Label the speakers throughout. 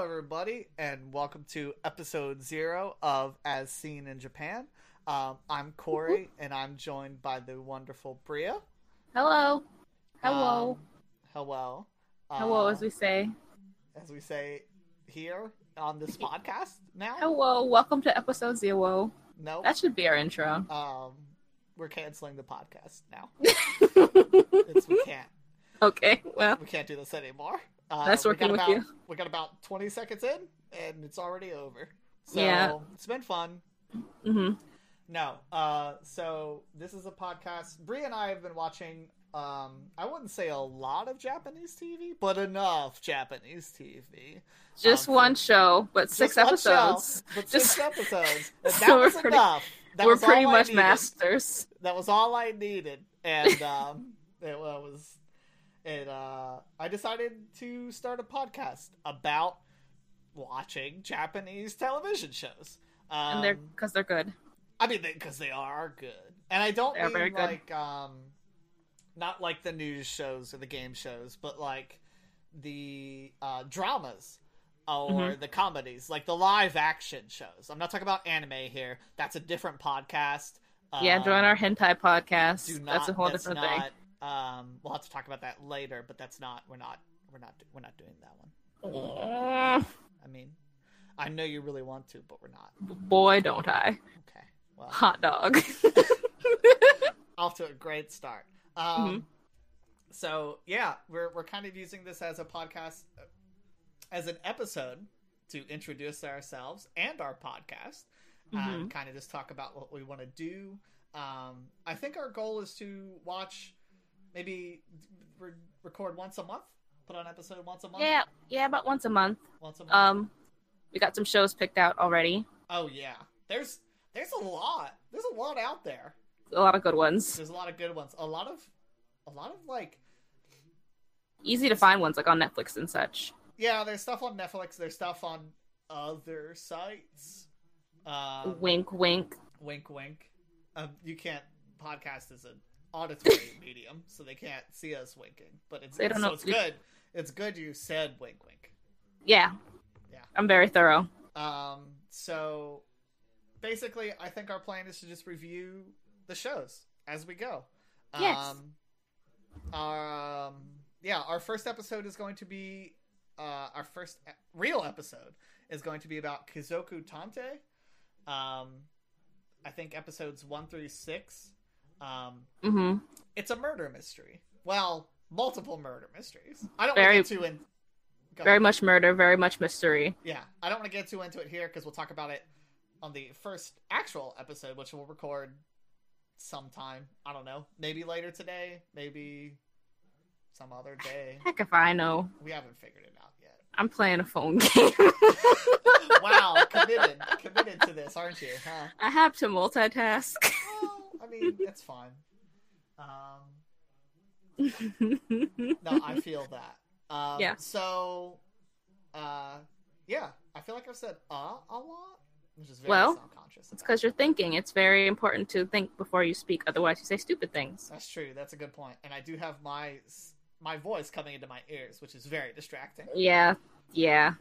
Speaker 1: everybody, and welcome to episode zero of As Seen in Japan. Um, I'm Corey, and I'm joined by the wonderful Bria.
Speaker 2: Hello. Hello.
Speaker 1: Um, hello. Uh,
Speaker 2: Hello, as we say.
Speaker 1: as we say here on this podcast now.
Speaker 2: Hello. Welcome to episode zero.
Speaker 1: No,
Speaker 2: That should be our intro.
Speaker 1: um, we're canceling the podcast now. It's, we can't.
Speaker 2: okay. Well,
Speaker 1: We can't do this anymore. Uh,
Speaker 2: That's
Speaker 1: we
Speaker 2: working
Speaker 1: got
Speaker 2: with
Speaker 1: about,
Speaker 2: you.
Speaker 1: We got about 20 seconds in, and it's already over. So
Speaker 2: Yeah.
Speaker 1: it's been fun.
Speaker 2: hmm
Speaker 1: No. Uh, so this is a podcast. Bree and I have been watching. Um, I wouldn't say a lot of Japanese TV, but enough Japanese TV.
Speaker 2: just
Speaker 1: Um,
Speaker 2: one show, but six
Speaker 1: Just one show,
Speaker 2: episodes.
Speaker 1: but
Speaker 2: Just-
Speaker 1: six episodes. And
Speaker 2: So
Speaker 1: that
Speaker 2: we're
Speaker 1: was
Speaker 2: pretty-
Speaker 1: enough. That
Speaker 2: We're
Speaker 1: was all
Speaker 2: pretty
Speaker 1: I
Speaker 2: much
Speaker 1: needed.
Speaker 2: masters.
Speaker 1: That was all I needed, and um, it was. It. Uh, I decided to start a podcast about watching Japanese television shows. Um,
Speaker 2: and they're because they're good.
Speaker 1: I mean, because they, are good, and I don't
Speaker 2: They're
Speaker 1: mean
Speaker 2: very good.
Speaker 1: like um, not like the news shows or the game shows, but like the uh, dramas or
Speaker 2: Mm-hmm.
Speaker 1: the comedies, like the live action shows. I'm not talking about anime here. That's a different podcast.
Speaker 2: yeah,
Speaker 1: Um,
Speaker 2: join our hentai podcast.
Speaker 1: do
Speaker 2: that's a
Speaker 1: not-
Speaker 2: whole
Speaker 1: that's
Speaker 2: different
Speaker 1: not, Um, we'll have to talk about that later, but that's not. We're not. We're not. We're not doing that one.
Speaker 2: thing.
Speaker 1: I mean, I know you really want to, but we're not.
Speaker 2: Boy, don't I.
Speaker 1: Okay. Well,
Speaker 2: Hot dog.
Speaker 1: off to a great start. Um,
Speaker 2: Mm-hmm.
Speaker 1: So yeah, we're we're kind of using this as a podcast, uh, as an episode to introduce ourselves and our podcast, uh,
Speaker 2: Mm-hmm.
Speaker 1: and kind of just talk about what we want to do. Um, I think our goal is to watch, maybe re- record once a month, put on episode once a month.
Speaker 2: yeah, yeah, about once a month.
Speaker 1: once a month.
Speaker 2: Um, we got some shows picked out already.
Speaker 1: oh yeah, there's there's a lot. There's a lot out there.
Speaker 2: A lot of good ones.
Speaker 1: There's a lot of good ones. A lot of a lot of like
Speaker 2: Easy to find ones like on Netflix and such.
Speaker 1: Yeah, there's stuff on Netflix. There's stuff on other sites. Um,
Speaker 2: wink, wink.
Speaker 1: wink, wink. Um, you can't podcast is an auditory medium, so they can't see us winking. But it's
Speaker 2: They don't
Speaker 1: so
Speaker 2: know-
Speaker 1: it's good. It's good you said wink, wink.
Speaker 2: Yeah.
Speaker 1: Yeah.
Speaker 2: I'm very thorough.
Speaker 1: Um, so basically, I think our plan is to just review the shows as we go.
Speaker 2: Yes.
Speaker 1: Um, our, um, yeah, our first episode is going to be uh, our first e- real episode is going to be about Kizoku Tante. Um, I think episodes one through six. Um,
Speaker 2: hmm
Speaker 1: it's a murder mystery. Well, multiple murder mysteries. I don't
Speaker 2: Very-
Speaker 1: want to get too in. Go
Speaker 2: Very
Speaker 1: ahead.
Speaker 2: much murder, very much mystery.
Speaker 1: Yeah, I don't want to get too into it here because we'll talk about it on the first actual episode, which we'll record sometime. I don't know, maybe later today, maybe some other day.
Speaker 2: Heck if I know.
Speaker 1: We haven't figured it out yet.
Speaker 2: I'm playing a phone game.
Speaker 1: Wow, committed, committed to this, aren't you? Huh?
Speaker 2: I have to multitask.
Speaker 1: Well, I mean, it's fine. Um, no, I feel that. Um,
Speaker 2: Yeah.
Speaker 1: So, uh, yeah, I feel like I've said "uh" a lot, which is very
Speaker 2: Well,
Speaker 1: self-conscious.
Speaker 2: it's because you're thinking. It's very important to think before you speak, otherwise you say stupid things.
Speaker 1: That's true. That's a good point. And I do have my my voice coming into my ears, which is very distracting.
Speaker 2: Yeah, yeah.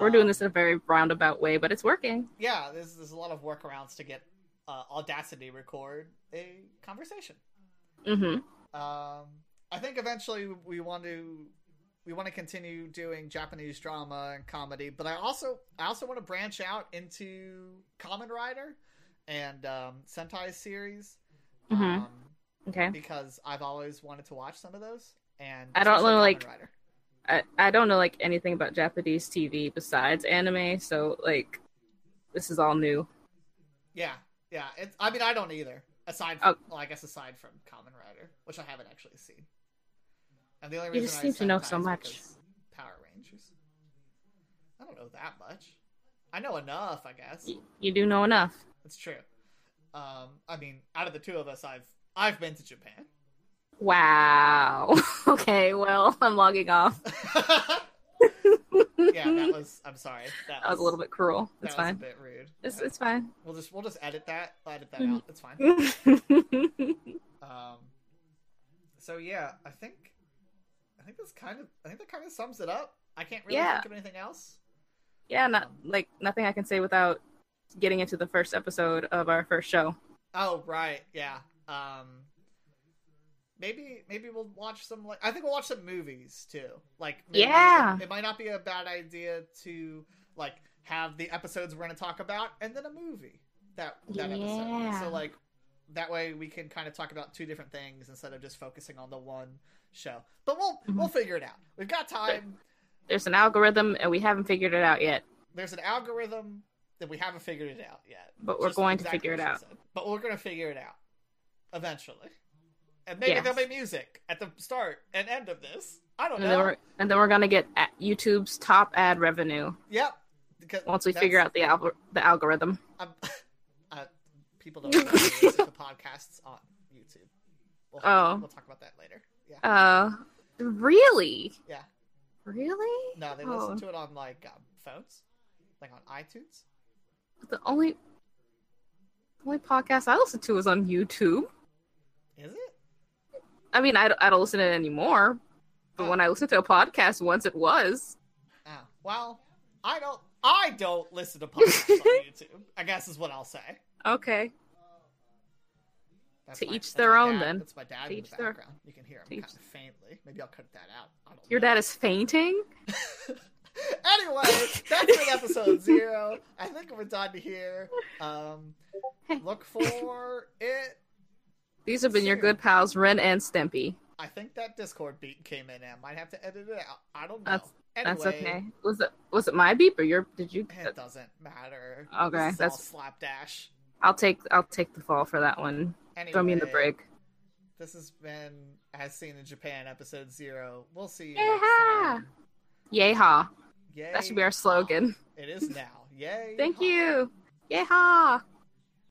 Speaker 2: We're doing
Speaker 1: Um,
Speaker 2: this in a very roundabout way, but it's working.
Speaker 1: Yeah, there's there's a lot of workarounds to get uh, Audacity record a conversation.
Speaker 2: hmm
Speaker 1: Um, I think eventually we want to we want to continue doing Japanese drama and comedy, but I also I also want to branch out into Common Rider and um, Sentai series.
Speaker 2: Mhm.
Speaker 1: Um,
Speaker 2: Okay.
Speaker 1: because I've always wanted to watch some of those, and
Speaker 2: I don't
Speaker 1: especially
Speaker 2: know,
Speaker 1: Kamen
Speaker 2: like-
Speaker 1: Rider.
Speaker 2: I, I don't know like anything about Japanese TV besides anime, so like this is all new.
Speaker 1: Yeah, yeah. It's, I mean, I don't either. Aside
Speaker 2: Oh.
Speaker 1: from, well, I guess aside from Common Rider, which I haven't actually seen. And the only
Speaker 2: You
Speaker 1: reason
Speaker 2: just
Speaker 1: I
Speaker 2: seem to know
Speaker 1: Sentai
Speaker 2: so
Speaker 1: is
Speaker 2: much.
Speaker 1: because Power Rangers. I don't know that much. I know enough, I guess.
Speaker 2: Y- You do know enough.
Speaker 1: It's true. Um, I mean, out of the two of us, I've I've been to Japan.
Speaker 2: Wow. Okay, well, I'm logging off.
Speaker 1: yeah, that was. I'm sorry. That,
Speaker 2: That was a little bit cruel.
Speaker 1: That
Speaker 2: It's
Speaker 1: was a
Speaker 2: fine.
Speaker 1: bit rude.
Speaker 2: It's,
Speaker 1: Yeah.
Speaker 2: it's fine.
Speaker 1: We'll just we'll just edit that. I'll edit that
Speaker 2: Mhm.
Speaker 1: out. It's fine. Um, so yeah, I think I think that's kind of I think that kind of sums it up. I can't really
Speaker 2: Yeah.
Speaker 1: think of anything else.
Speaker 2: Yeah, not like nothing I can say without getting into the first episode of our first show.
Speaker 1: Oh right, yeah. Um, maybe maybe we'll watch some. Like, I think we'll watch some movies too. Like maybe-
Speaker 2: Yeah.
Speaker 1: it might not be a bad idea to like have the episodes we're going to talk about and then a movie that that episode.
Speaker 2: Yeah.
Speaker 1: So like that way we can kind of talk about two different things instead of just focusing on the one show. But we'll
Speaker 2: Mhm.
Speaker 1: we'll figure it out. We've got time.
Speaker 2: There's an algorithm, and we haven't figured it out yet.
Speaker 1: there's an algorithm that we haven't figured it out yet.
Speaker 2: But we're
Speaker 1: Just
Speaker 2: going to
Speaker 1: exactly
Speaker 2: figure it
Speaker 1: what she
Speaker 2: out.
Speaker 1: said. But we're going to figure it out eventually. And maybe
Speaker 2: Yes.
Speaker 1: there'll be music at the start and end of this. I don't
Speaker 2: And then
Speaker 1: know.
Speaker 2: we're and then we're gonna get a YouTube's top ad revenue
Speaker 1: Yep. Because
Speaker 2: once we
Speaker 1: that's-
Speaker 2: figure out the al- the algorithm.
Speaker 1: I'm, uh, people don't know this, if the podcasts on YouTube. We'll,
Speaker 2: Oh.
Speaker 1: we'll talk about that later. Yeah.
Speaker 2: Uh, really?
Speaker 1: Yeah.
Speaker 2: Really?
Speaker 1: No, they
Speaker 2: oh.
Speaker 1: listen to it on like um, phones, like on iTunes.
Speaker 2: The only the only podcast I listen to is on YouTube.
Speaker 1: Is it?
Speaker 2: I mean, I, don't- I don't listen to it anymore, but when I listened to a podcast once, it was.
Speaker 1: Oh, well, I don't. I don't listen to podcasts on YouTube. I guess is what I'll say.
Speaker 2: Okay.
Speaker 1: That's
Speaker 2: To each
Speaker 1: that's
Speaker 2: their own,
Speaker 1: dad-
Speaker 2: then.
Speaker 1: That's my dad
Speaker 2: To
Speaker 1: in the
Speaker 2: each their-
Speaker 1: background. You can hear him
Speaker 2: to
Speaker 1: kind
Speaker 2: each-
Speaker 1: of faintly. Maybe I'll cut that out. I don't
Speaker 2: Your
Speaker 1: know.
Speaker 2: dad is fainting?
Speaker 1: anyway, that's been episode zero. I think we're done here. Um, look for it.
Speaker 2: These have been your
Speaker 1: Sure.
Speaker 2: good pals, Ren and Stimpy.
Speaker 1: I think that Discord beat came in. and I might have to edit it out. I don't know.
Speaker 2: That's-
Speaker 1: anyway,
Speaker 2: That's okay. Was it was it my beep or your did you
Speaker 1: It doesn't matter.
Speaker 2: Okay,
Speaker 1: This is all
Speaker 2: that's-
Speaker 1: slapdash.
Speaker 2: I'll take I'll take the fall for that one.
Speaker 1: Anyway,
Speaker 2: Throw me in the brig.
Speaker 1: This has been As Seen in Japan, episode zero. We'll see you.
Speaker 2: Yeah.
Speaker 1: Next time.
Speaker 2: Yay ha.
Speaker 1: Yay.
Speaker 2: That should be our slogan.
Speaker 1: It is now. Yay.
Speaker 2: Thank
Speaker 1: ha.
Speaker 2: you. Yay ha.